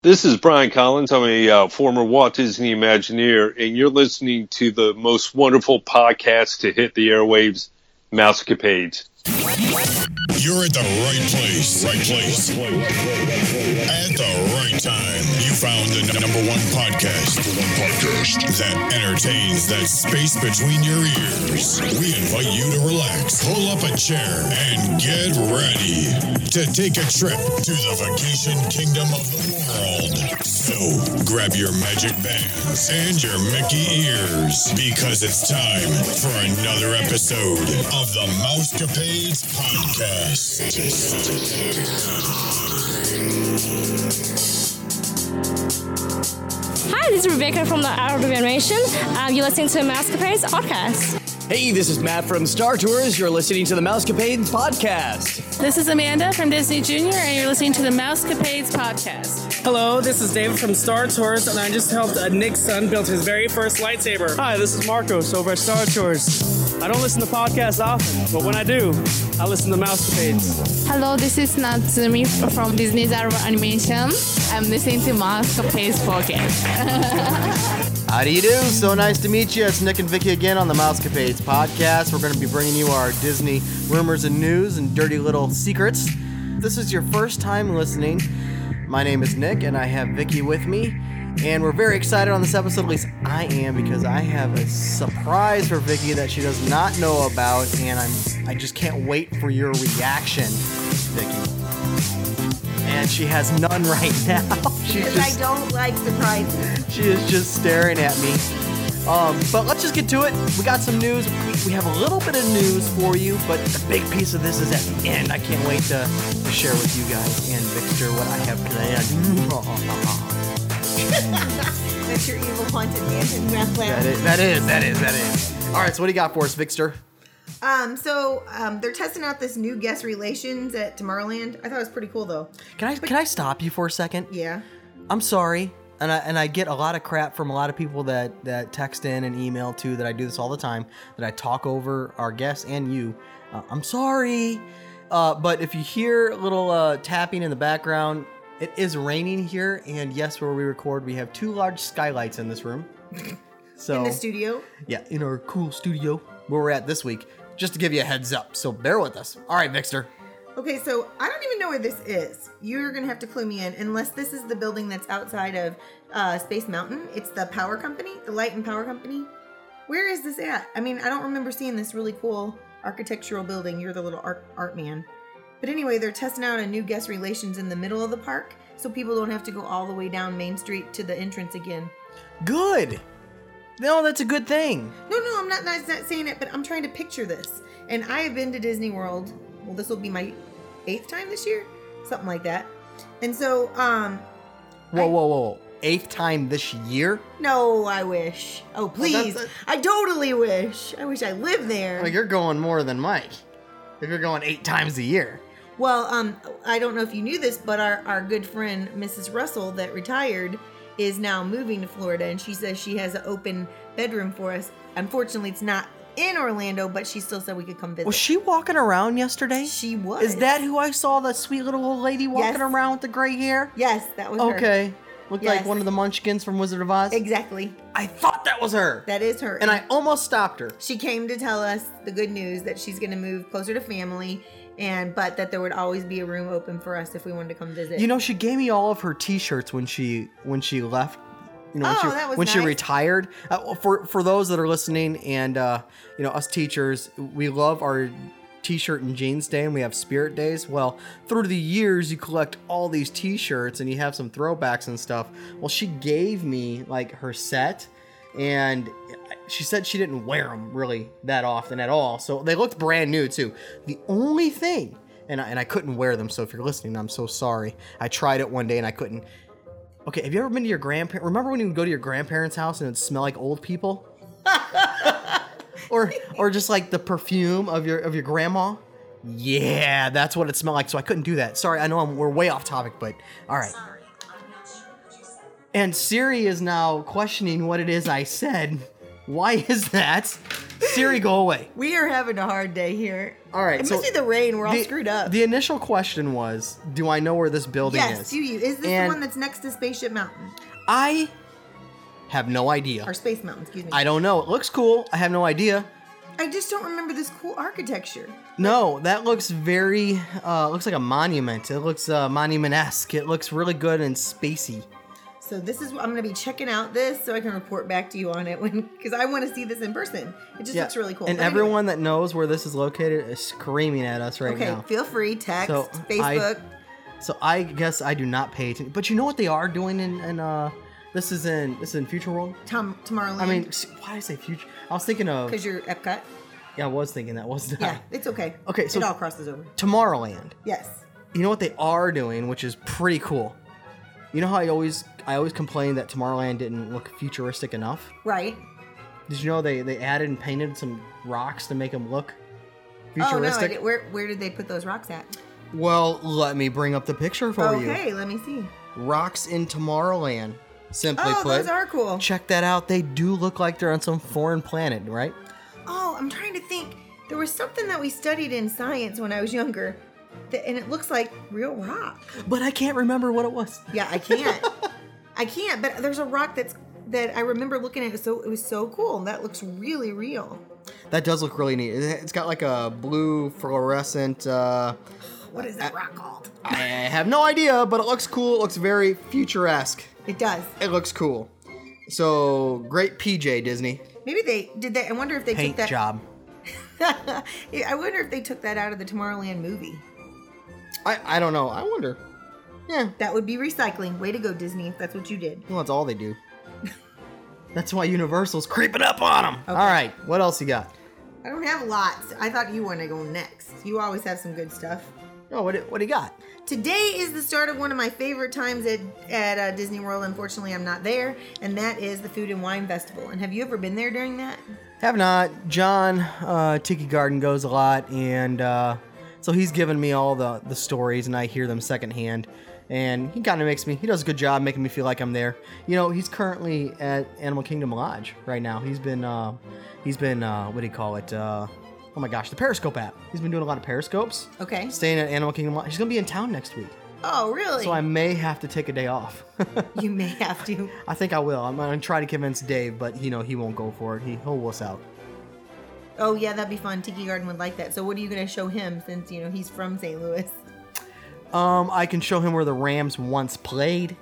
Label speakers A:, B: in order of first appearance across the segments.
A: This is Brian Collins. I'm a uh, former Walt Disney Imagineer, and you're listening to the most wonderful podcast to hit the airwaves, Mousecapades.
B: You're at the right place, right place, at the right time. You found the n- number one podcast, number one podcast that entertains that space between your ears. We invite you to relax, pull up a chair, and get ready to take a trip to the vacation kingdom of the world. So grab your magic bands and your Mickey ears because it's time for another episode of the Mousecapades Podcast.
C: Hi, this is Rebecca from the Art of Animation. Um, you're listening to Mousecapades Podcast.
D: Hey, this is Matt from Star Tours. You're listening to the Mousecapades podcast.
E: This is Amanda from Disney Junior, and you're listening to the Mousecapades podcast.
F: Hello, this is David from Star Tours, and I just helped uh, Nick's son build his very first lightsaber.
G: Hi, this is Marcos over at Star Tours. I don't listen to podcasts often, but when I do, I listen to Mousecapades.
E: Hello, this is Natsumi from Disney's Art of Animation. I'm listening to Mousecapades podcast.
D: How do you do? So nice to meet you. It's Nick and Vicky again on the Mousecapades podcast. We're going to be bringing you our Disney rumors and news and dirty little secrets. If This is your first time listening. My name is Nick, and I have Vicky with me. And we're very excited on this episode, at least I am, because I have a surprise for Vicky that she does not know about, and I'm I just can't wait for your reaction, Vicky. And she has none right now. She's
H: Because
D: just
H: I don't like surprises.
D: She is just staring at me. Um, but let's just get to it. We got some news. We- We have a little bit of news for you, but the big piece of this is at the end. I can't wait to, to share with you guys and Victor what I have planned.
H: That's your evil haunted mansion meth
D: that
H: lab.
D: is, that is, that is, that is. All right, so what do you got for us, Victor?
H: Um, so um, they're testing out this new guest relations at Tomorrowland. I thought it was pretty cool though.
D: Can I can I stop you for a second?
H: Yeah.
D: I'm sorry, and I and I get a lot of crap from a lot of people that that text in and email too. That I do this all the time. That I talk over our guests and you. Uh, I'm sorry, uh, but if you hear a little uh, tapping in the background, it is raining here. And yes, where we record, we have two large skylights in this room. So
H: In
D: Oh.
H: the studio.
D: yeah, in our cool studio where we're at this week. Just to give you a heads up, so bear with us. All right, Vixter.
H: Okay, so I don't even know where this is. You're gonna have to clue me in, unless this is the building that's outside of uh, Space Mountain. It's the power company, the light and power company. Where is this at? I mean, I don't remember seeing this really cool architectural building. You're the little art, art man. But anyway, they're testing out a new guest relations in the middle of the park, so people don't have to go all the way down Main Street to the entrance again.
D: Good. No, that's a good thing.
H: No, no, I'm not, not, not saying it, but I'm trying to picture this. And I have been to Disney World. Well, this will be my eighth time this year, something like that. And so, um,
D: Whoa, whoa, whoa, whoa. Eighth time this year?
H: no, I wish. Oh, please.
D: that's
H: I totally wish. I wish I lived there.
D: Well, you're going more than Mike. If you're going eight times a year.
H: Well, um, I don't know if you knew this, but our, our good friend Mrs. Russell that retired is now moving to Florida, and she says she has an open bedroom for us. Unfortunately, it's not in Orlando, but she still said we could come visit.
D: Was she walking around yesterday?
H: She was.
D: Is that who I saw? That sweet little old lady walking
H: Yes.
D: around with the gray hair?
H: Yes, that was her.
D: Okay. Looked like
H: Yes.
D: one of the munchkins from Wizard of Oz.
H: Exactly.
D: I thought that was her.
H: That is her.
D: and I almost stopped her.
H: she came to tell us the good news that she's going to move closer to family and but that there would always be a room open for us if we wanted to come visit.
D: You know, she gave me all of her T-shirts when she when she left. You know, when,
H: Oh,
D: she,
H: that was
D: when she
H: nice.
D: retired. Uh, well, for for those that are listening, and uh, you know, us teachers, we love our T-shirt and jeans day, and we have Spirit Days. Well, through the years, you collect all these T-shirts, and you have some throwbacks and stuff. Well, she gave me like her set. And she said she didn't wear them really that often at all. So they looked brand new too. The only thing and I, and I couldn't wear them. So if you're listening, I'm so sorry. I tried it one day and I couldn't. Okay, have you ever been to your grandparent? Remember when you would go to your grandparents' house and it would smell like old people, or or just like the perfume of your of your grandma? Yeah, that's what it smelled like. So I couldn't do that. Sorry, I know I'm, we're way off topic, but all right. And Siri is now questioning what it is I said. Why is that? Siri, go away.
H: We are having a hard day here.
D: All right,
H: It
D: so
H: must be the rain. We're all
D: the,
H: screwed up.
D: The initial question was, do I know where this building
H: yes,
D: is?
H: do you? Is this
D: And-
H: the one that's next to Spaceship Mountain?
D: I have no idea.
H: Or Space Mountain, excuse me.
D: I don't know. It looks cool. I have no idea.
H: I just don't remember this cool architecture.
D: No, that looks very uh looks like a monument. It looks uh monument-esque. It looks really good and spacey.
H: So this is I'm gonna be checking out this so I can report back to you on it when because I want to see this in person. It just looks really cool.
D: And
H: But anyway,
D: everyone that knows where this is located is screaming at us right
H: okay,
D: now.
H: feel free text,
D: So, I-
H: Facebook.
D: So I guess I do not pay attention. But you know what they are doing in, in uh this is in this is in Future World?
H: Tom Tomorrowland.
D: I mean, s- why did I say future? I was thinking of
H: because you're Epcot.
D: yeah, I was thinking that wasn't
H: Yeah,
D: I?
H: it's okay.
D: Okay, so-
H: it all crosses over.
D: Tomorrowland.
H: Yes.
D: You know what they are doing, which is pretty cool. You know how I always I always complained that Tomorrowland didn't look futuristic enough.
H: Right.
D: Did you know they they added and painted some rocks to make them look
H: Oh no! I
D: futuristic?
H: did, where where did they put those rocks at?
D: well, let me bring up the picture for
H: okay,
D: you.
H: let me see.
D: Rocks in Tomorrowland. Simply
H: Oh,
D: put,
H: those are cool.
D: check that out. They do look like they're on some foreign planet, right?
H: Oh, I'm trying to think. There was something that we studied in science when I was younger, that, and it looks like real rock.
D: But I can't remember what it was.
H: Yeah, I can't. I can't. But there's a rock that's that I remember looking at. It so it was so cool. That looks really real.
D: That does look really neat. It- It's got like a blue fluorescent. Uh,
H: What is that rock called?
D: I have no idea, but it looks cool. It looks very futuresque.
H: It does.
D: It looks cool. So great PJ Disney
H: Maybe they did that. I wonder if they
D: paint
H: took that.
D: job.
H: Yeah, I wonder if they took that out of the Tomorrowland movie.
D: I I don't know. I wonder. Yeah,
H: That would be recycling. Way to go, Disney. If that's what you did.
D: well, that's all they do. That's why Universal's creeping up on them. All right, what else you got?
H: I don't have lots. I thought you wanted to go next. You always have some good stuff.
D: No, Oh, what do- what do you got?
H: Today is the start of one of my favorite times at, at uh, Disney World. Unfortunately, I'm not there, and that is the Food and Wine Festival. And have you ever been there during that?
D: Have not. John uh, Tiki Garden goes a lot, and uh, so he's given me all the the stories, and I hear them secondhand. And he kind of makes me. He does a good job making me feel like I'm there. You know, he's currently at Animal Kingdom Lodge right now. He's been uh, he's been uh, what do you call it? Uh, oh my gosh, the Periscope app. He's been doing a lot of periscopes.
H: Okay.
D: Staying at Animal Kingdom Lodge. He's gonna be in town next week,
H: Oh, really?
D: so I may have to take a day off.
H: you may have to.
D: I think I will. I'm gonna try to convince Dave, but you know he won't go for it. He he'll wuss out.
H: Oh, yeah, that'd be fun. Tiki Garden would like that. So, what are you going to show him since, you know, he's from St. Louis?
D: Um, I can show him where the Rams once played.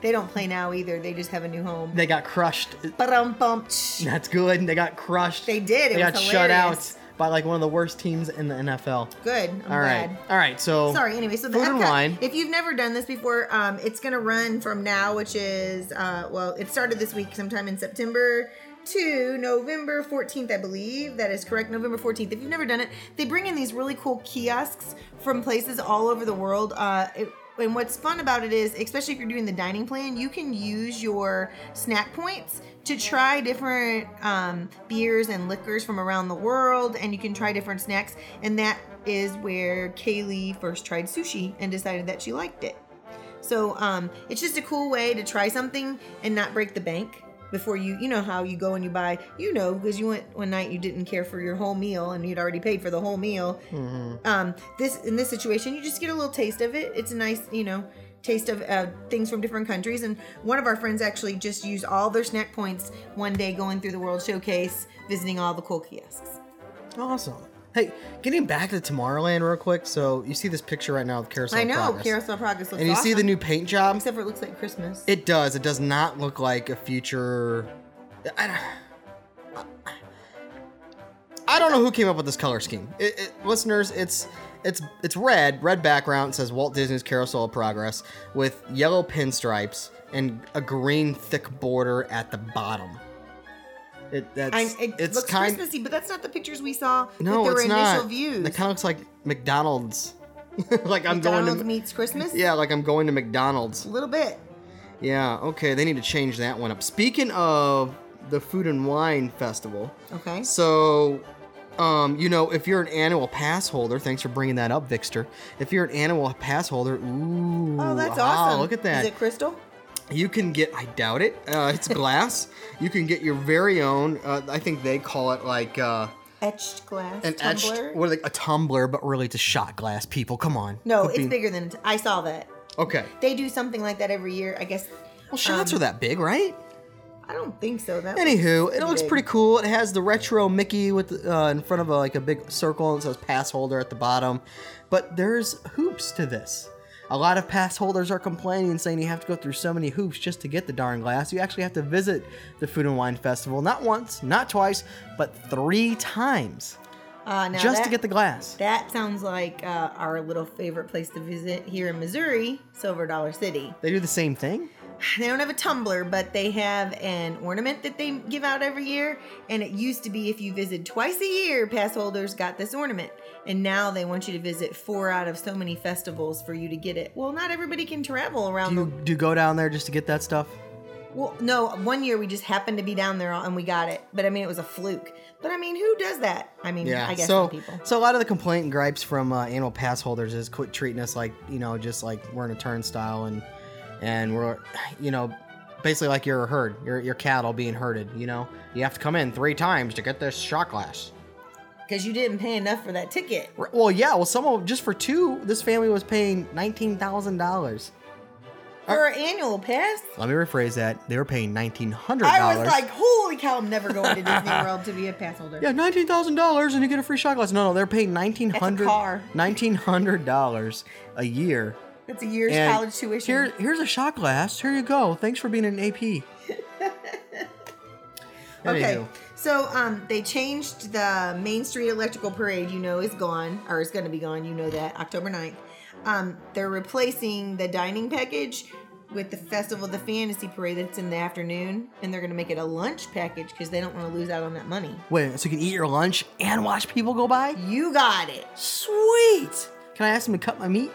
H: They don't play now either. They just have a new home.
D: They got crushed.
H: Ba-dum-bum.
D: That's good. They got crushed.
H: They did. It
D: they
H: was
D: got shut out
H: hilarious.
D: by like one of the worst teams in the NFL.
H: Good. I'm
D: All right.
H: glad.
D: All right. So
H: Sorry. Anyway, so the
D: food and
H: Epcot-
D: wine.
H: If you've never done this before, um, it's gonna run from now, which is uh, well, it started this week, sometime in September to November 14th, I believe. That is correct, November 14th. If you've never done it, they bring in these really cool kiosks from places all over the world. Uh, it, and what's fun about it is, especially if you're doing the dining plan, you can use your snack points to try different um, beers and liquors from around the world, and you can try different snacks. And that is where Kaylee first tried sushi and decided that she liked it. So um, it's just a cool way to try something and not break the bank before you you know how you go and you buy you know because you went one night you didn't care for your whole meal and you'd already paid for the whole meal um, this in this situation you just get a little taste of it it's a nice you know taste of uh, things from different countries and one of our friends actually just used all their snack points one day going through the world showcase visiting all the cool kiosks
D: awesome. Hey, getting back to Tomorrowland real quick. So you see this picture right now of Carousel.
H: i know
D: Progress.
H: carousel progress looks
D: And you see the
H: awesome,
D: new paint job.
H: except for it looks like christmas
D: It does. It does not look like a future. I don't. I don't know who came up with this color scheme. It, it, listeners, it's it's it's red, red background. It says Walt Disney's Carousel of Progress with yellow pinstripes and a green thick border at the bottom. It that's
H: I, it
D: it's
H: looks
D: kind
H: Christmassy, but that's not the pictures we saw
D: no,
H: with their
D: it's
H: initial
D: not.
H: views.
D: It kind of looks like McDonald's. like I'm
H: McDonald's
D: going to
H: meets Christmas.
D: yeah, like I'm going to McDonald's.
H: a little bit.
D: Yeah, okay, they need to change that one up. Speaking of the Food and Wine Festival,
H: Okay.
D: so, um, you know, if you're an annual pass holder, thanks for bringing that up, Vixter. If you're an annual pass holder, ooh,
H: Oh, that's
D: wow,
H: awesome.
D: Look at that.
H: Is it crystal?
D: You can get, I doubt it, uh, it's glass. you can get your very own, uh, I think they call it like uh,
H: Etched glass
D: an
H: tumbler.
D: etched, what are they, a tumbler, but really just shot glass, people. Come on.
H: no,
D: Quit
H: it's
D: being-
H: bigger than. T- I saw that.
D: Okay.
H: They do something like that every year. I guess.
D: Well, shots
H: Um,
D: are that big, right?
H: I don't think so. That looks
D: Anywho, it looks
H: big.
D: pretty cool. It has the retro Mickey with uh, in front of a, like a big circle and it says pass holder at the bottom. But there's hoops to this. A lot of pass holders are complaining and saying you have to go through so many hoops just to get the darn glass. You actually have to visit the Food and Wine Festival not once, not twice, but three times
H: Uh, now
D: just
H: that-
D: to get the glass.
H: That sounds like uh, our little favorite place to visit here in Missouri, Silver Dollar City.
D: They do the same thing.
H: They don't have a tumbler, but they have an ornament that they give out every year. And it used to be if you visited twice a year, pass holders got this ornament. And now they want you to visit four out of so many festivals for you to get it. Well, not everybody can travel around
D: Do you
H: the.
D: do you go down there just to get that stuff?
H: Well, no, one year we just happened to be down there and we got it. But I mean, it was a fluke. But I mean, who does that? I mean, I guess
D: so,
H: some people.
D: So a lot of the complaint and gripes from uh, annual pass holders is quit treating us like you know just like we're in a turnstile and and we're you know basically like you're a herd, you're your cattle being herded. You know you have to come in three times to get this shot glass.
H: Because you didn't pay enough for that ticket.
D: R- Well, yeah, well some of just for two, this family was paying nineteen thousand dollars. Uh,
H: For an annual pass?
D: Let me rephrase that. They were paying nineteen hundred dollars.
H: I was like, holy cow, I'm never going to Disney World to be a pass holder.
D: Yeah, nineteen thousand dollars, and you get a free shot glass. No, no, they're paying nineteen hundred
H: car.
D: nineteen hundred dollars a year.
H: That's a year's
D: And
H: college tuition.
D: Here, here's a shot glass. Here you go. Thanks for being an AP.
H: okay.
D: Anywho.
H: So um, they changed the Main Street Electrical Parade, you know, is gone or is going to be gone. You know that, October 9th. Um, they're replacing the dining package with the Festival of the Fantasy Parade that's in the afternoon. And they're going to make it a lunch package because they don't want to lose out on that money.
D: Wait, so you can eat your lunch and watch people go by?
H: You got it.
D: Sweet. Can I ask them to cut my meat?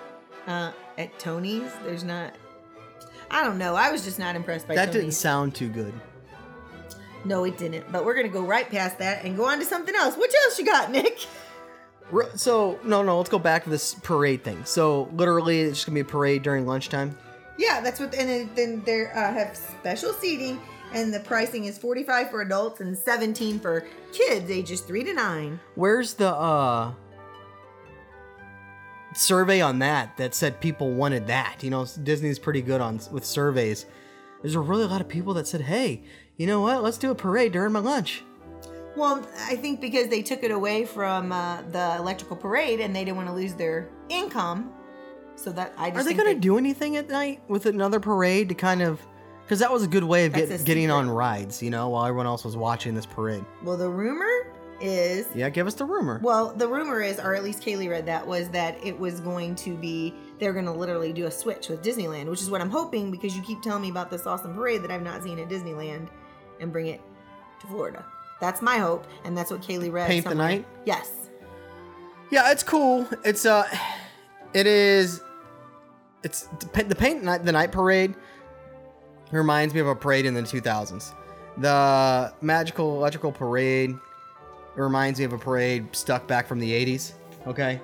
H: Uh, at Tony's, there's not. I don't know. I was just not impressed by
D: That
H: Tony's.
D: didn't sound too good.
H: No, it didn't. But we're gonna go right past that and go on to something else. What else you got, Nick?
D: R- So no, no. Let's go back to this parade thing. So literally, it's just gonna be a parade during lunchtime.
H: Yeah, that's what. And then, then they uh, have special seating, and the pricing is forty-five for adults and seventeen for kids ages three to nine.
D: Where's the uh survey on that that said people wanted that? You know, Disney's pretty good on with surveys. There's a really lot of people that said, "Hey, you know what? Let's do a parade during my lunch."
H: Well, I think because they took it away from uh, the electrical parade, and they didn't want to lose their income. So that I just
D: Are they
H: think
D: going to do anything at night with another parade to kind of cuz that was a good way of
H: That's
D: get,
H: a
D: getting
H: secret.
D: on rides, you know, while everyone else was watching this parade.
H: Well, the rumor is
D: Yeah, give us the rumor.
H: Well, the rumor is, or at least Kaylee read that, was that it was going to be, they're going to literally do a switch with Disneyland, which is what I'm hoping because you keep telling me about this awesome parade that I've not seen at Disneyland and bring it to Florida. That's my hope, and that's what Kaylee read.
D: Paint the
H: somewhere.
D: night?
H: Yes.
D: Yeah, it's cool. It's uh, it is. It's the pa- the paint night, the night parade. Reminds me of a parade in the 2000s. The magical electrical parade reminds me of a parade stuck back from the 80s. Okay,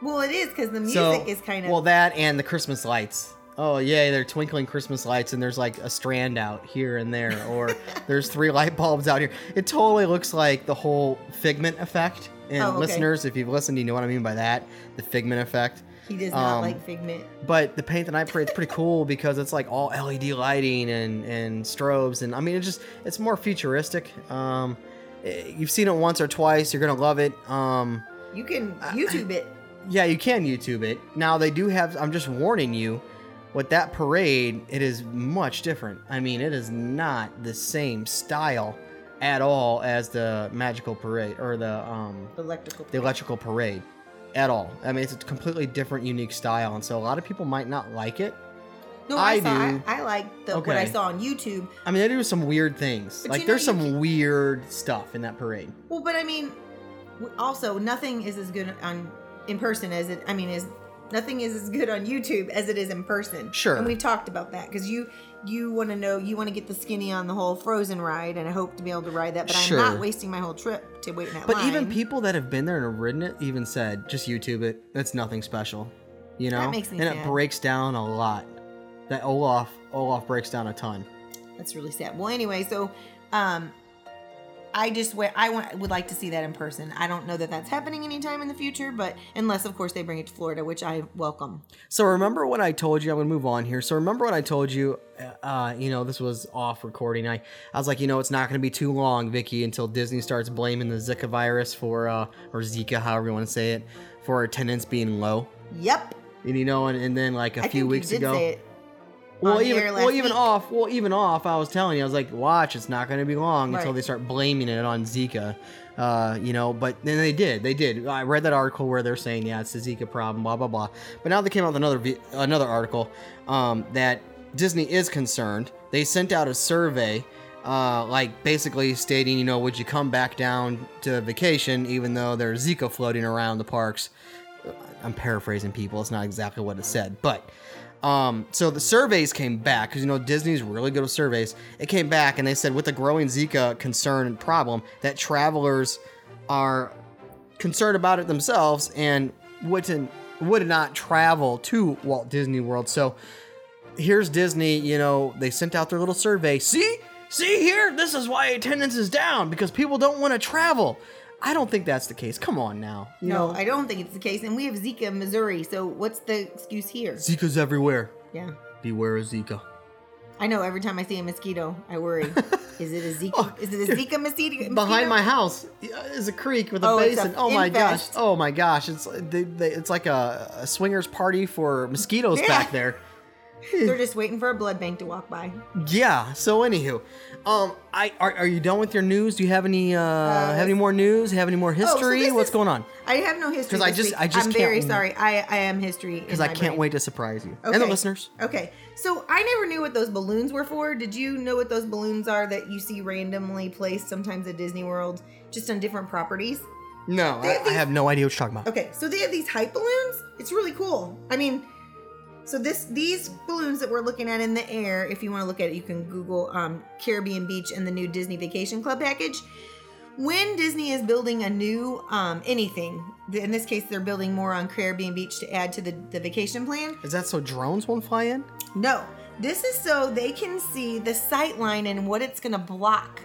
H: Well, it is because the music is kind of.
D: well that and the Christmas lights. Oh yay, they're twinkling Christmas lights, and there's like a strand out here and there, or there's three light bulbs out here. It totally looks like the whole figment effect. And
H: Oh, okay.
D: listeners, if you've listened, you know what I mean by that, the figment effect.
H: he does not
D: um,
H: like Figment.
D: But the paint the night parade's pretty cool because it's like all LED lighting and and strobes, and I mean it's just it's more futuristic. Um, eh, you've seen it once or twice, you're gonna love it. Um,
H: You can YouTube it.
D: yeah, you can YouTube it. Now they do have. I'm just warning you. With that parade, it is much different. I mean, it is not the same style at all as the magical parade or the um,
H: Electrical.
D: the electrical parade at all. I mean, it's a completely different, unique style, and so a lot of people might not like it.
H: no, I,
D: I
H: saw.
D: do.
H: I, I like the, what I
D: Okay.
H: saw on YouTube.
D: I mean, they do some weird things.
H: But you
D: like
H: know
D: there's
H: you
D: some weird stuff in that parade.
H: Well, but I mean, w- also nothing is as good on in person as it. I mean, is nothing is as good on YouTube as it is in person.
D: Sure.
H: And we've talked about that because you you want to know you want to get the skinny on the whole Frozen ride, and I hope to be able to ride that. But
D: Sure.
H: I'm not wasting my whole trip to wait in that
D: But
H: line.
D: even people that have been there and have ridden it even said, "Just YouTube it. That's nothing special," you know.
H: makes me
D: and
H: sad.
D: it breaks down a lot. that Olaf Olaf breaks down a ton.
H: That's really sad. Well, anyway, so um, I just wa- I want, would like to see that in person. I don't know that that's happening anytime in the future, but unless of course they bring it to Florida, which I welcome.
D: So remember when I told you I'm gonna move on here. So remember when I told you, uh, you know, this was off recording. I, I was like, you know, it's not gonna be too long, Vicky, until Disney starts blaming the Zika virus for uh, or Zika, however you want to say it, for attendance being low.
H: Yep.
D: And you know, and, and then like a
H: I
D: few
H: think
D: weeks
H: you did
D: ago,
H: say it.
D: well,
H: on
D: even
H: air
D: well,
H: last
D: even
H: week.
D: off, well, even off. I was telling you, I was like, watch, it's not going to be long until
H: Right.
D: they start blaming it on Zika, uh, you know. But then they did, they did. I read that article where they're saying, yeah, it's the Zika problem, blah blah blah. But now they came out with another vi- another article um, that Disney is concerned. They sent out a survey. Uh, like basically stating, you know, would you come back down to vacation even though there's Zika floating around the parks? Uh, I'm paraphrasing people. It's not exactly what it said, but um, so the surveys came back because you know Disney's really good with surveys. It came back and they said with the growing Zika concern and problem that travelers are concerned about it themselves and wouldn't would not travel to Walt Disney World. So here's Disney. You know they sent out their little survey. See, see here. This is why attendance is down because people don't want to travel. I don't think that's the case. Come on now. You
H: No,
D: know,
H: I don't think it's the case. And we have Zika in Missouri, so what's the excuse here?
D: Zika's everywhere.
H: Yeah.
D: Beware of Zika.
H: I know every time I see a mosquito, I worry. is it a Zika? is it a Zika mosquito?
D: Oh, behind my house is a creek with a
H: Oh, it's a
D: basin. oh my gosh!
H: infest.
D: Oh my gosh! It's they, they, it's like a, a swingers party for mosquitoes
H: Yeah.
D: back there.
H: They're just waiting for a blood bank to walk by.
D: Yeah. So anywho, um, I are, are you done with your news? Do you have any uh, have any more news? Have any more
H: Oh, so
D: history?
H: this
D: What's
H: is-
D: going on?
H: I have no history.
D: 'Cause I
H: this
D: just-
H: week.
D: I just
H: I'm very
D: can't-
H: sorry. I, I am history
D: Because I can't wait to surprise you and the listeners.
H: Okay, so I never knew what those balloons were for. Did you know what those balloons are that you see randomly placed sometimes at Disney World, just on different properties?
D: No,
H: They
D: I,
H: have
D: I have no idea what you're talking about.
H: Okay, so they have these hype balloons. It's really cool. I mean, so this these balloons that we're looking at in the air, if you want to look at it, you can Google um, Caribbean Beach and the new Disney Vacation Club package. When Disney is building a new um, anything, th- in this case, they're building more on Caribbean Beach to add to the, the vacation plan.
D: Is that so drones won't fly in?
H: No, this is so they can see the sight line and what it's going to block.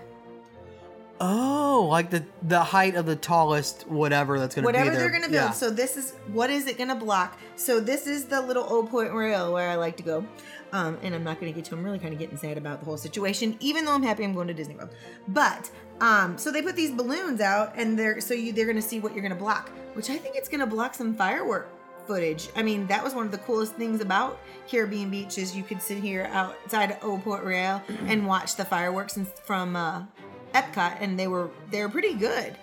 D: Oh, like the the height of the tallest whatever that's going to be
H: whatever
D: there.
H: they're gonna build.
D: Yeah.
H: So this is what is it gonna block? So this is the little old point rail where I like to go, um, and I'm not gonna get to. I'm really kind of getting sad about the whole situation, even though I'm happy I'm going to Disney World. But um, so they put these balloons out, and they're so you they're gonna see what you're gonna block, which I think it's gonna block some firework footage. I mean, that was one of the coolest things about Caribbean Beach is you could sit here outside of Old Port Rail and watch the fireworks and- from uh, Epcot, and they were they were pretty good.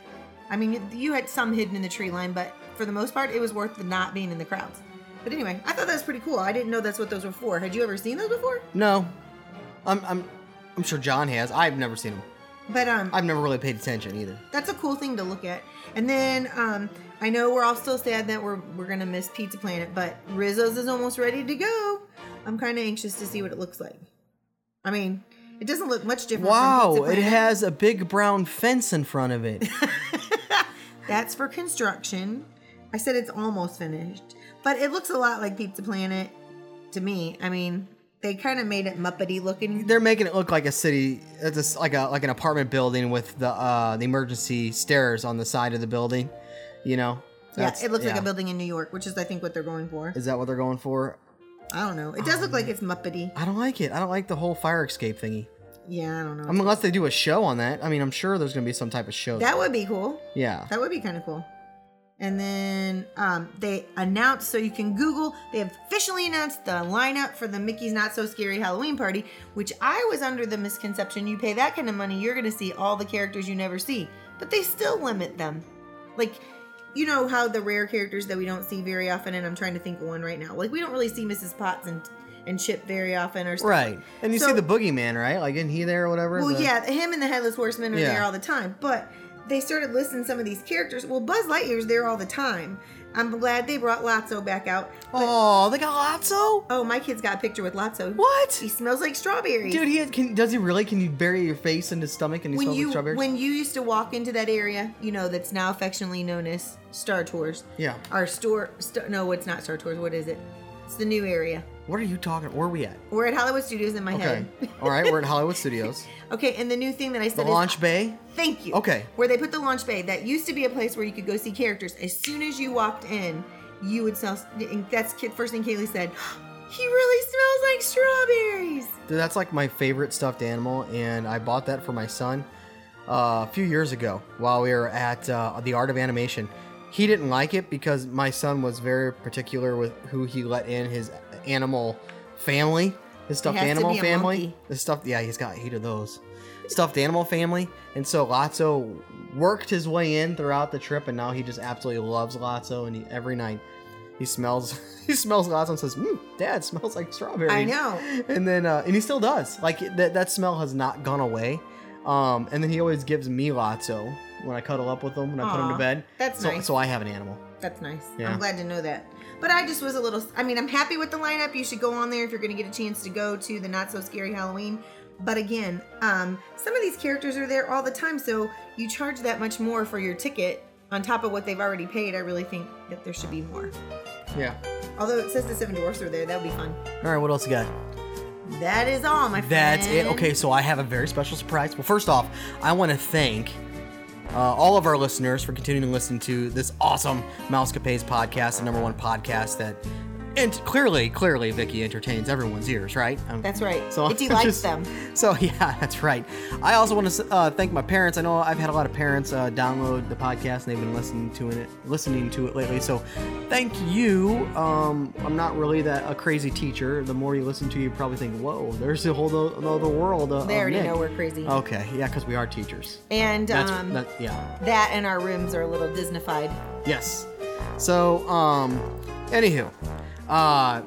H: I mean, you had some hidden in the tree line, but for the most part, it was worth the not being in the crowds. But anyway, I thought that was pretty cool. I didn't know that's what those were for. Had you ever seen those before?
D: no, I'm I'm I'm sure John has. I've never seen them.
H: But um,
D: I've never really paid attention either.
H: that's a cool thing to look at. And then um, I know we're all still sad that we're we're gonna miss Pizza Planet, but Rizzo's is almost ready to go. I'm kind of anxious to see what it looks like. I mean, it doesn't look much different. from
D: Wow,
H: Pizza
D: it
H: Planet.
D: has a big brown fence in front of it.
H: That's for construction. I said it's almost finished, but it looks a lot like Pizza Planet to me. I mean, they kind of made it Muppety looking.
D: They're making it look like a city, it's a s- like a like an apartment building with the uh, the emergency stairs on the side of the building. You know,
H: Yeah,
D: That's-
H: it looks like
D: yeah.
H: a building in New York, which is I think what they're going for.
D: Is that what they're going for?
H: I don't know. It does look like it's Muppety.
D: I don't like it. I don't like the whole fire escape thingy.
H: Yeah, I don't know.
D: I mean, unless they do a show on that. I mean, I'm sure there's gonna be some type of show.
H: that would be cool.
D: yeah.
H: That would be kind of cool. And then um, they announced, so you can Google, they officially announced the lineup for the Mickey's Not So Scary Halloween Party, which I was under the misconception you pay that kind of money, you're going to see all the characters you never see. But they still limit them. Like, you know how the rare characters that we don't see very often, and I'm trying to think of one right now. Like, we don't really see Mrs. Potts and, and Chip very often or stuff.
D: right. And you
H: So-
D: see the boogeyman, right? Like, isn't he there or whatever?
H: Well,
D: The-
H: yeah, him and the Headless Horseman are
D: Yeah.
H: there all the time, but they started listing some of these characters. Well, Buzz Lightyear's there all the time. I'm glad they brought Lotso back out. But,
D: Oh, they got Lotso.
H: oh, my kids got a picture with Lotso.
D: What?
H: He smells like strawberries.
D: Dude, he can, does he really? Can you bury your face in his stomach and he
H: when
D: smells
H: you
D: like strawberries?
H: when you used to walk into that area, you know that's now affectionately known as Star Tours.
D: yeah.
H: Our store, st- no, it's not Star Tours. What is it? It's the new area.
D: What are you talking? Where are we at?
H: We're at Hollywood Studios in my
D: Okay.
H: head.
D: All right, we're at Hollywood Studios.
H: Okay, and the new thing that I
D: The
H: said is
D: launch bay.
H: Thank you.
D: Okay.
H: Where they put the launch bay. That used to be a place where you could go see characters. As soon as you walked in, you would smell. and That's ki- first thing Kaylee said. He really smells like strawberries.
D: Dude, that's like my favorite stuffed animal, and I bought that for my son uh, a few years ago while we were at uh, the Art of Animation. He didn't like it because my son was very particular with who he let in his animal family, his stuffed
H: has to
D: animal
H: be a
D: family,
H: monkey.
D: the stuffed. Yeah, he's got eight of those stuffed animal family, and so Lotso worked his way in throughout the trip, and now he just absolutely loves Lotso, and he, every night. He smells. He smells Lotso and says, mm, "Dad smells like strawberries."
H: I know.
D: and then uh, and he still does like that that smell has not gone away um and then he always gives me lotso when i cuddle up with him when i put him to
H: Aw,
D: bed
H: that's
D: so,
H: nice.
D: so i have an animal
H: That's nice.
D: Yeah.
H: I'm glad to know that. But I just was a little. I mean, I'm happy with the lineup. You should go on there if you're going to get a chance to go to the not so scary Halloween. But again, um, some of these characters are there all the time, so you charge that much more for your ticket on top of what they've already paid. I really think that there should be more.
D: yeah
H: Although it says the Seven Dwarfs are there, that would be fun.
D: all right what else you got
H: That is all, my friend.
D: That's it. Okay, so I have a very special surprise. Well, first off, I want to thank uh, all of our listeners for continuing to listen to this awesome Mousecapades podcast, the number one podcast that, and clearly, clearly, Vicky entertains everyone's ears, right? Um,
H: That's right. It delights them.
D: So yeah, that's right. I also want to uh, thank my parents. I know I've had a lot of parents uh, download the podcast and they've been listening to it, listening to it lately. So thank you. Um, I'm not really that a crazy teacher. The more you listen to, you probably think, "Whoa, there's a whole no- another world." Uh,
H: They
D: of
H: already
D: Nick."
H: know we're crazy.
D: Okay, yeah, because we are teachers.
H: And
D: That's
H: um,
D: that, yeah.
H: that and our rooms are a little Disneyfied.
D: Yes. So, um, anywho, uh,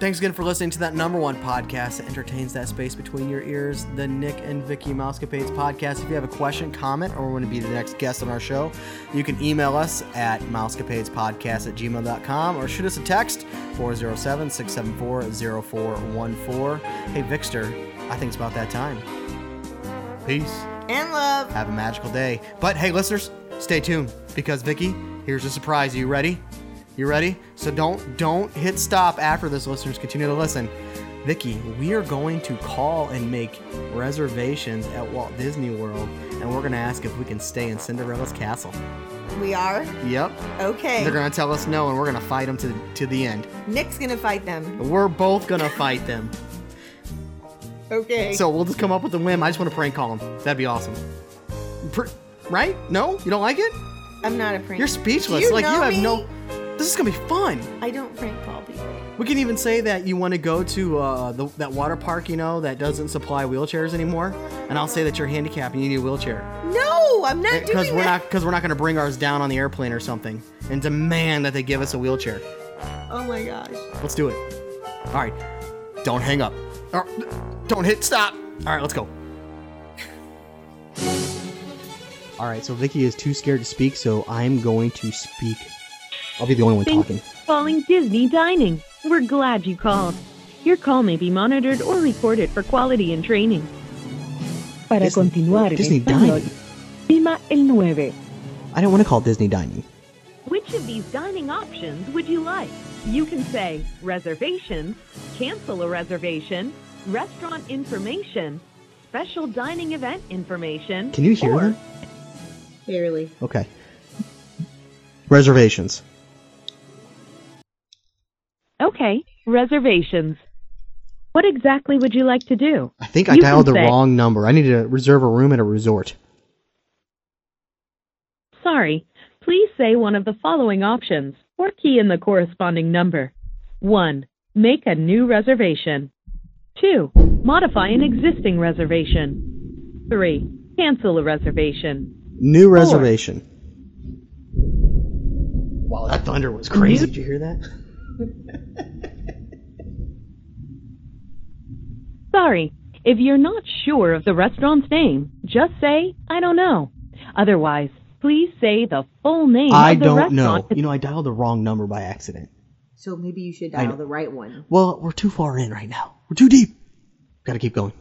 D: thanks again for listening to that number one podcast that entertains that space between your ears, the Nick and Vicky Mousecapades podcast. If you have a question, comment, or want to be the next guest on our show, you can email us at mousecapadespodcast at gmail.com or shoot us a text 407 674 0414. Hey, Vixter, I think it's about that time. Peace
H: And love.
D: have a magical day. But hey, listeners, stay tuned because Vicky, here's a surprise. You ready? You ready? So don't don't hit stop after this. Listeners, continue to listen. Vicky, we are going to call and make reservations at Walt Disney World, and we're going to ask if we can stay in Cinderella's castle.
H: We are
D: Yep.
H: okay.
D: They're going to tell us no, and we're going to fight them to to the end.
H: Nick's gonna fight them.
D: We're both going to fight them.
H: Okay.
D: So we'll just come up with a whim. I just want to prank call them. That'd be awesome. Pr- right? No, you don't like it?
H: I'm not a prank.
D: You're speechless.
H: Do
D: like you
H: know
D: have
H: me?
D: no. This is gonna be fun.
H: I don't prank call people.
D: We can even say that you want to go to uh, the, that water park, you know, that doesn't supply wheelchairs anymore, and I'll say that you're handicapped and you need a wheelchair
H: No, I'm not doing
D: because Eh, we're
H: that.
D: not because we're not gonna bring ours down on the airplane or something and demand that they give us a wheelchair.
H: Oh my gosh.
D: Let's do it. All right, don't hang up. Or, don't hit stop. All right, let's go. All right, so Vicky is too scared to speak, so I'm going to speak. I'll be the only one talking.
I: Calling Disney Dining. We're glad you called. Your call may be monitored or recorded for quality and training. Para
D: Disney-
I: continuar en
D: Disney
I: español,
D: Dining.
I: prima el 9.
D: I don't want to call it Disney dining.
I: Which of these dining options would you like? You can say reservations, cancel a reservation, restaurant information, special dining event information.
D: Can you hear
I: or
D: them?
H: Barely.
D: Okay. Reservations.
I: Okay, reservations. What exactly would you like to do?
D: I think I
I: You
D: dialed the
I: can say-
D: wrong number. I need to reserve a room at a resort.
I: Sorry, please say one of the following options or key in the corresponding number. 1. Make a new reservation. 2. Modify an existing reservation. 3. Cancel a reservation.
D: New reservation. Wow, that thunder was crazy. Did you hear that?
I: Sorry, if you're not sure of the restaurant's name, just say, I don't know. Otherwise, please say the full name
D: I
I: of the
D: don't know.
I: restaurant.
D: You know, I dialed the wrong number by accident.
H: So maybe you should
D: I know.
H: dial the right one.
D: Well, we're too far in right now. We're too deep. Gotta keep going.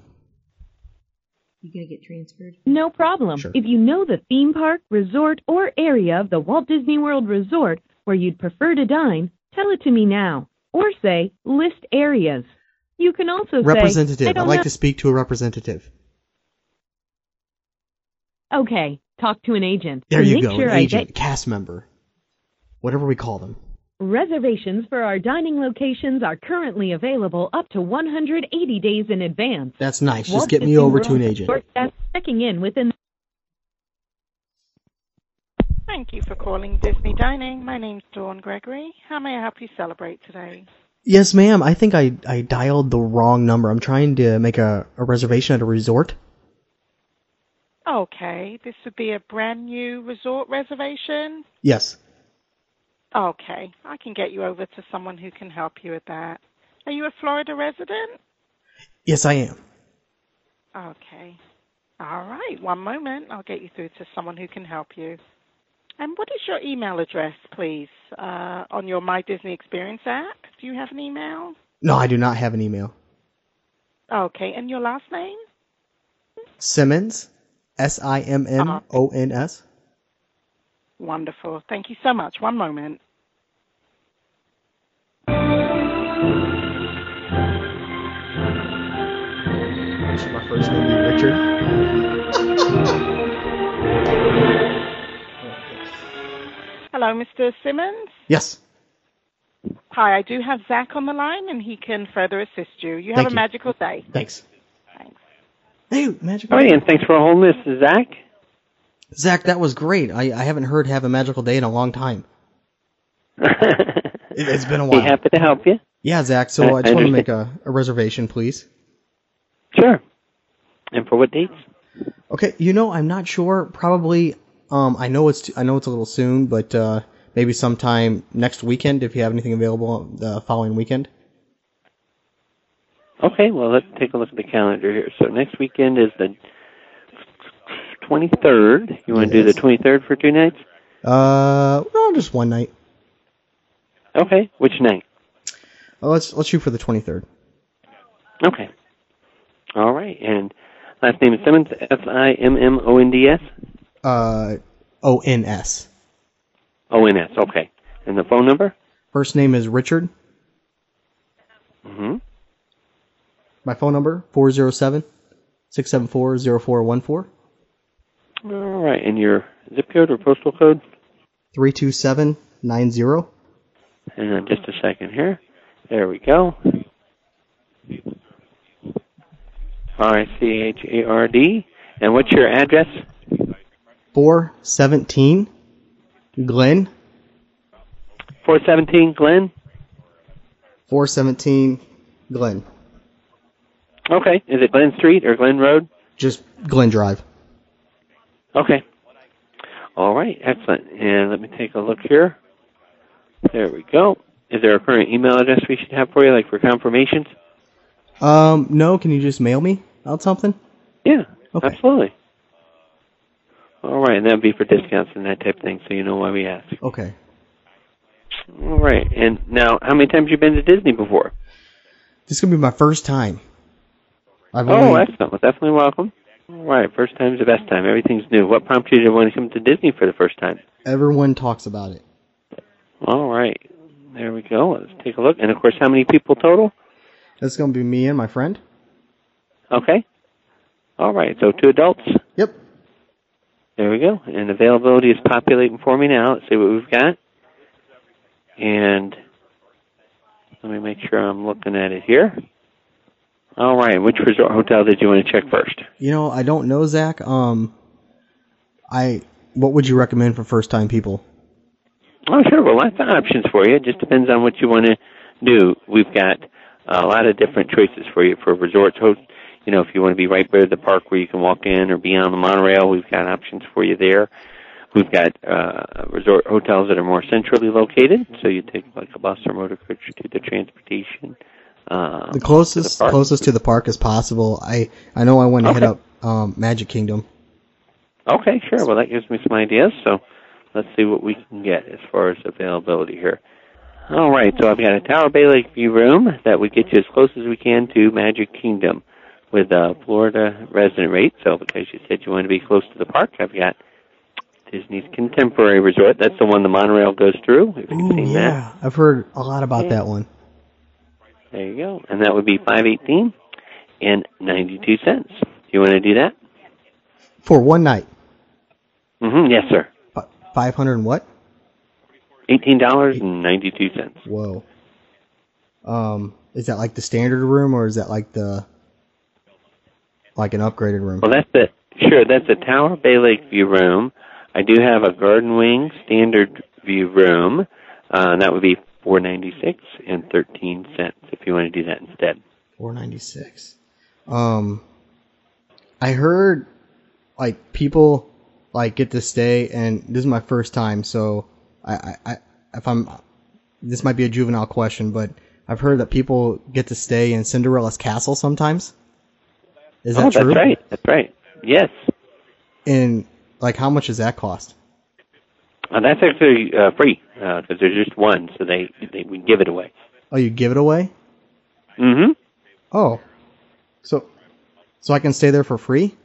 H: You gonna get transferred?
I: No problem.
D: Sure.
I: If you know the theme park, resort, or area of the Walt Disney World Resort where you'd prefer to dine, tell it to me now. or say list areas. You can also
D: Representative.
I: say, I
D: I'd
I: don't
D: like
I: know-
D: to speak to a representative.
I: Okay, talk to an agent.
D: There
I: to
D: you
I: make
D: go.
I: Sure
D: an
I: I
D: agent,
I: get
D: cast member, whatever we call them.
I: Reservations for our dining locations are currently available up to 180 days in advance.
D: That's nice.
I: Walt
D: Just get me
I: Disney
D: over
I: World
D: to an agent.
I: Resort staff Checking in within.
J: Thank you for calling Disney Dining. My name's Dawn Gregory. How may I help you celebrate today?
D: Yes, ma'am. I think I, I dialed the wrong number. I'm trying to make a, a reservation at a resort.
J: Okay, this would be a brand new resort reservation.
D: Yes.
J: Okay, I can get you over to someone who can help you with that. Are you a Florida resident?
D: Yes, I am.
J: Okay. All right, one moment. I'll get you through to someone who can help you. And what is your email address, please, uh, on your My Disney Experience app? Do you have an email?
D: No, I do not have an email.
J: Okay, and your last name?
D: Simmons, S I M M O N S.
J: Wonderful. Thank you so much. One moment.
D: Should my first name be Richard?
J: Hello, Mr. Simmons.
D: Yes.
J: Hi, I do have Zach on the line, and he can further assist you. You have
K: Thank
J: a
K: you.
J: magical day.
D: Thanks.
K: Hey, magical. Hi, and thanks for holding. This is Zach.
D: Zach, that was great. I, I haven't heard Have a Magical Day in a long time. It, has been a
K: Be
D: while.
K: happy to help you.
D: Yeah, Zach, so I,
K: I-
D: just
K: I
D: want to
K: understand.
D: make a, a reservation, please.
K: Sure. And for what dates?
D: Okay, you know, I'm not sure. Probably, um, I know it's I know it's a little soon, but uh, maybe sometime next weekend if you have anything available the following weekend.
K: Okay, well, let's take a look at the calendar here. So next weekend is the 23rd. You want to do the 23rd for two nights?
D: Uh, no, just one night.
K: Okay. Which night?
D: Uh, let's let's shoot for the 23rd.
K: Okay. All right. And last name is Simmons, S I M M O N D S?
D: Uh, O N S.
K: O N S. Okay. And the phone number?
D: First name is Richard.
K: Mm-hmm.
D: My phone number 407 674 0414
K: All right. And your zip code or postal code?
D: 32790.
K: Hang on Uh, just a second here. There we go. R I C H A R D. And what's your address?
D: 417 Glen
K: 417 Glen.
D: 417 Glen.
K: Okay. Is it Glen Street or Glen Road?
D: Just Glen Drive.
K: Okay. All right. Excellent. And let me take a look here. There we go. Is there a current email address we should have for you, like for confirmations?
D: Um, no, can you just mail me out something?
K: Yeah,
D: Okay.
K: absolutely. All right. And that would be for discounts and that type of thing, so you know why we ask.
D: Okay.
K: All right. And now, how many times you been to Disney before?
D: This is gonna be my first time. I've
K: oh,
D: only
K: excellent. Well, definitely welcome. All right. First time's the best time. Everything's new. What prompted you to want to come to Disney for the first time?
D: everyone talks about it.
K: All right. There we go. Let's take a look. And of course, how many people total?
D: That's gonna be me and my friend.
K: Okay. All right. So two adults.
D: Yep.
K: There we go. And availability is populating for me now. Let's see what we've got. And let me make sure I'm looking at it here. All right. Which resort hotel did you want to check first?
D: You know, I don't know, Zach. Um I what would you recommend for first time people?
K: Oh, sure. Well, lots of options for you. It just depends on what you want to do. We've got a lot of different choices for you for resorts. Ho- You know, if you want to be right by the park where you can walk in or be on the monorail, we've got options for you there. We've got uh, resort hotels that are more centrally located, so you take like a bus or motor coach to the transportation. Uh,
D: The closest
K: park.
D: closest to the park as possible. I I know I want to hit up um Magic Kingdom.
K: Okay, sure. Well, that gives me some ideas. So let's see what we can get as far as availability here. All right, so I've got a Tower Bay Lakeview room that would get you as close as we can to Magic Kingdom with a Florida resident rate. So because you said you want to be close to the park, I've got Disney's Contemporary Resort. That's the one the monorail goes through. If you've seen that.
D: I've heard a lot about that one.
K: There you go. And that would be five eighteen and ninety two cents. You want to do that?
D: for one night.
K: Mm-hmm. Yes, sir.
D: Five hundred and what?
K: Eighteen dollars and ninety two cents.
D: Whoa. Um, is that like the standard room or is that like the like an upgraded room?
K: Well, that's the sure. That's the Tower Bay Lake View room. I do have a garden wing standard view room. Uh, that would be four ninety six and thirteen cents if you want to do that instead.
D: Four ninety six. Um, I heard like people like get to stay, and this is my first time, so I, I, I if I'm this might be a juvenile question, but I've heard that people get to stay in Cinderella's castle sometimes. Is that
K: oh,
D: true?
K: that's right. That's right. Yes.
D: And like, how much does that cost?
K: Uh, that's actually uh, free because there's just one, so they they we give it away.
D: Oh, you give it away?
K: Mm-hmm.
D: Oh, so so I can stay there for free?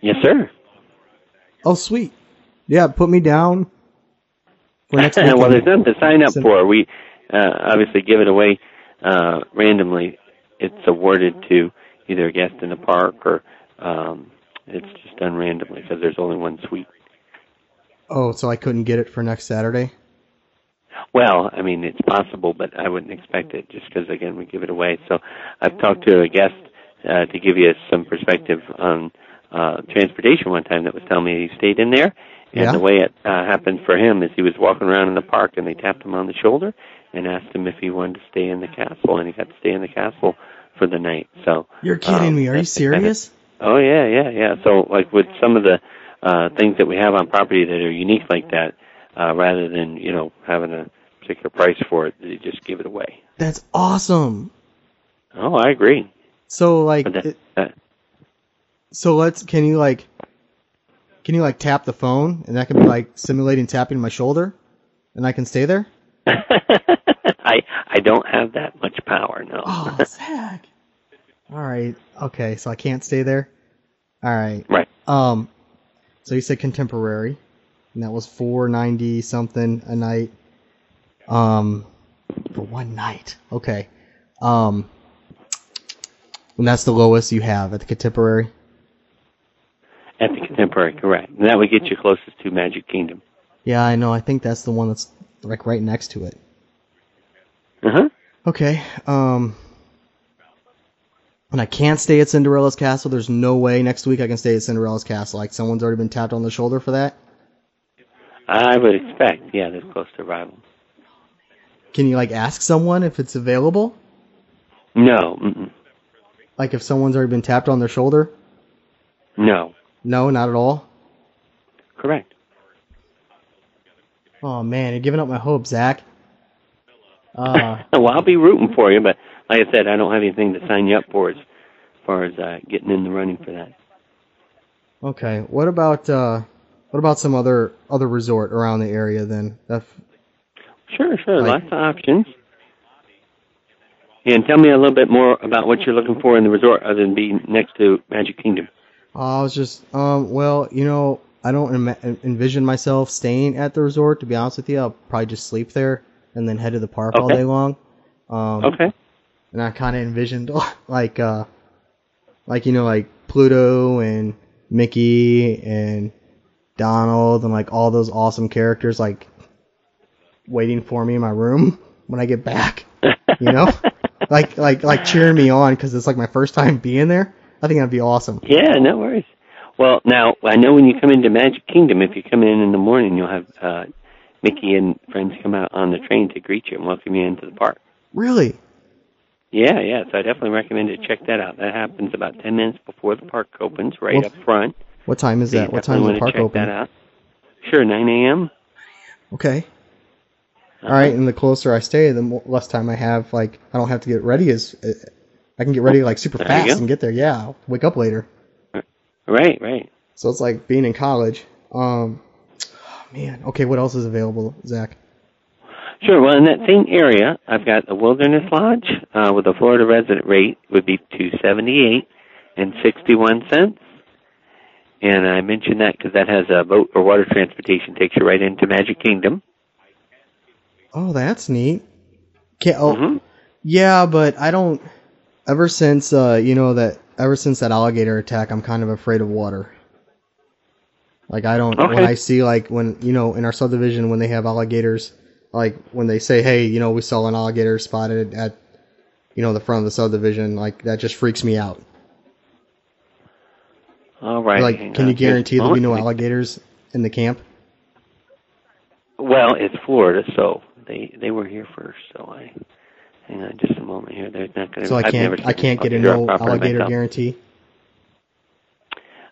K: Yes, sir.
D: Oh, sweet. Yeah, put me down for next weekend.
K: well, there's nothing to sign up for. We uh, obviously give it away uh, randomly. It's awarded to either a guest in the park or um, it's just done randomly because there's only one suite.
D: Oh, so I couldn't get it for next Saturday?
K: Well, I mean, it's possible, but I wouldn't expect it just because, again, we give it away. So I've talked to a guest uh, to give you some perspective on uh, transportation one time that was telling me he stayed in there. And
D: Yeah.
K: the way it uh, happened for him is he was walking around in the park and they tapped him on the shoulder and asked him if he wanted to stay in the castle. And he got to stay in the castle for the night. So
D: You're kidding me.
K: Um,
D: Are you serious?
K: Oh yeah, yeah, yeah. So like with some of the uh things that we have on property that are unique like that, uh rather than, you know, having a particular price for it, they just give it away.
D: That's awesome.
K: Oh, I agree.
D: So like,
K: But that-
D: it-
K: that-
D: so let's can you like can you like tap the phone and that can be like simulating tapping my shoulder and I can stay there?
K: I I don't have that much power, no.
D: Oh, Zach. All right. Okay, so I can't stay there. All right.
K: Right.
D: Um so you said contemporary and that was 490 something a night. Um for one night. Okay. Um and that's the lowest you have at the contemporary.
K: At the contemporary, correct. And that would get you closest to Magic Kingdom.
D: Yeah, I know. I think that's the one that's like right next to it.
K: Uh-huh.
D: Okay. Um and I can't stay at Cinderella's castle. There's no way next week I can stay at Cinderella's castle. Like someone's already been tapped on the shoulder for that.
K: I would expect, yeah, that's close to arrival.
D: Can you like ask someone if it's available?
K: No, mm-mm,
D: Like if someone's already been tapped on their shoulder?
K: no,
D: No, not at all.
K: correct.
D: Oh man, you're giving up my hope, Zach. Uh,
K: well, I'll be rooting for you, but like I said, I don't have anything to sign you up for as far as uh, getting in the running for that.
D: okay. What about uh, what about some other other resort around the area then? That
K: Sure, sure, lots of options. And tell me a little bit more about what you're looking for in the resort other than being next to Magic Kingdom.
D: I was just, um, well, you know, I don't em- envision myself staying at the resort. To be honest with you, I'll probably just sleep there and then head to the park all
K: Okay.
D: day long. Um,
K: Okay.
D: And I kind of envisioned like, uh, like you know, like Pluto and Mickey and Donald and like all those awesome characters like waiting for me in my room when I get back. You know, like like like cheering me on because it's like my first time being there. I think that'd be awesome.
K: Yeah, no worries. Well, now I know when you come into Magic Kingdom, if you come in in the morning, you'll have uh, Mickey and friends come out on the train to greet you and welcome you into the park.
D: Really?
K: Yeah, yeah. So I definitely recommend to check that out. That happens about ten minutes before the park opens, right
D: Well,
K: up front.
D: What time is
K: So you
D: that? What time is
K: definitely
D: the
K: wanna
D: park
K: check
D: open?
K: That out. Sure, nine a.m.
D: Okay.
K: Uh-huh.
D: All right, and the closer I stay, the more, less time I have. Like I don't have to get ready as uh, I can get ready like super
K: There you
D: fast
K: go.
D: and get there. Yeah, I'll wake up later.
K: Right, right.
D: So it's like being in college. Um, man. Okay, what else is available, Zach?
K: Sure. Well, in that same area, I've got the Wilderness Lodge uh, with a Florida resident rate would be two seventy eight and sixty one cents. And I mentioned that because that has a boat or water transportation takes you right into Magic Kingdom. Mm-hmm.
D: Oh, that's neat. Can, oh, Yeah, but I don't. Ever since uh, you know that, ever since that alligator attack, I'm kind of afraid of water. Like I don't when
L: Okay.
D: I see like when you know in our subdivision when they have alligators, like when they say, hey, you know we saw an alligator spotted at, you know the front of the subdivision, like that just freaks me out.
K: All right.
D: like,
K: hang
D: can
K: on
D: you
K: just a
D: guarantee there'll be
K: moment.
D: no alligators in the camp?
K: Well, it's Florida, so they they were here first. So I hang on just a moment here. There's not going to.
D: So I
K: I've never
D: can't
K: seen
D: I can't get a
K: alligator up
D: no
K: properly
D: alligator
K: myself.
D: guarantee.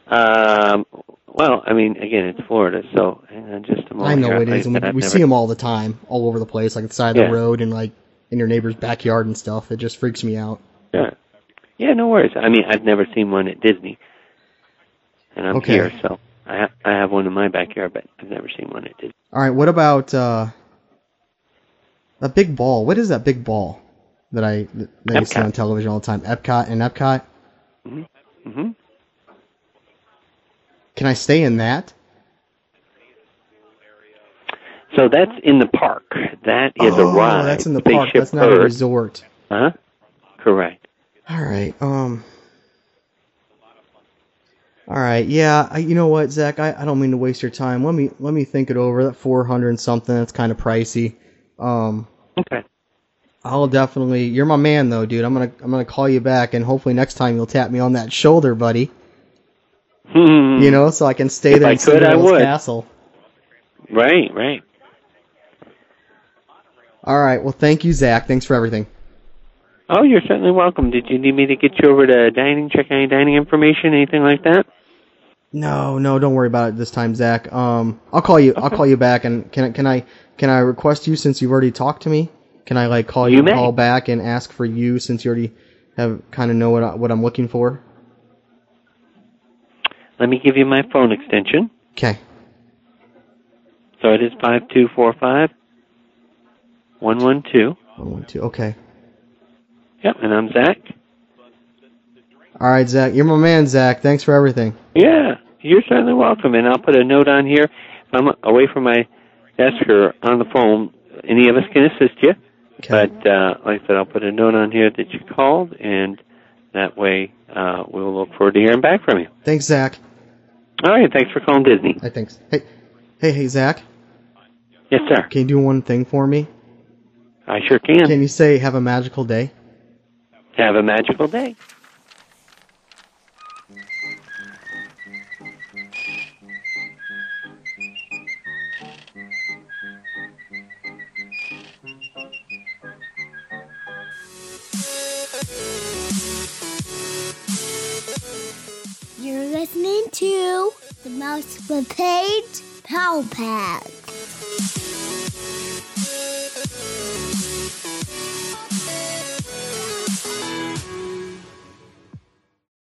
K: Um. Well, I mean, again, it's Florida, so hang on just a moment.
D: I know
K: here.
D: it
K: Like
D: is,
K: I
D: and we,
K: said, I've
D: we
K: never-
D: see them all the time, all over the place, like the side of
K: Yeah.
D: the road and like in your neighbor's backyard and stuff. It just freaks me out.
K: Yeah. Yeah, no worries. I mean, I've never seen one at Disney, and I'm
D: Okay.
K: here, so I ha- I have one in my backyard, but I've never seen one at Disney.
D: All right, what about uh, that big ball? What is that big ball that I that you see
K: Epcot.
D: on television all the time? Epcot and Epcot.
K: Mm-hmm.
D: Can I stay in that?
K: So that's in the park. That is a
D: oh,
K: ride.
D: that's in the
K: Spaceship
D: park. That's not a
K: Earth.
D: resort.
K: Huh? Correct.
D: All right. Um. All right. Yeah. I, you know what, Zach? I, I don't mean to waste your time. Let me let me think it over. That four hundred and something. That's kind of pricey. Um.
K: Okay.
D: I'll definitely. You're my man, though, dude. I'm gonna I'm gonna call you back, and hopefully next time you'll tap me on that shoulder, buddy. You know, so I can stay
K: Hmm. If
D: there
K: I
D: in
K: could, I
D: Cinderella's
K: would.
D: castle.
K: Right, right.
D: All right. Well, thank you, Zach. Thanks for everything.
K: Oh, you're certainly welcome. Did you need me to get you over to dining, check any dining information, anything like that?
D: No, no, don't worry about it this time, Zach. Um, I'll call you. I'll call you back, and can I can I can I request you since you've already talked to me? Can I like call you,
K: You may.
D: call back and ask for you since you already have kind of know what I, what I'm looking for?
K: Let me give you my phone extension.
D: Okay.
K: So it is 5245 112.
D: One, one, two. Okay.
K: Yep, and I'm Zach.
D: All right, Zach. You're my man, Zach. Thanks for everything.
K: Yeah, you're certainly welcome. And I'll put a note on here. If I'm away from my desk or on the phone, any of us can assist you. But uh, like I said, I'll put a note on here that you called, and that way uh, we'll look forward to hearing back from you.
D: Thanks, Zach.
K: All right, thanks for calling Disney.
D: I thanks. Hey, hey, hey, Zach.
K: Yes, sir.
D: Can you do one thing for me?
K: I sure can.
D: Can you say have a magical day?
K: Have a magical day.
E: You're listening to the Mouse with Page Power Pad.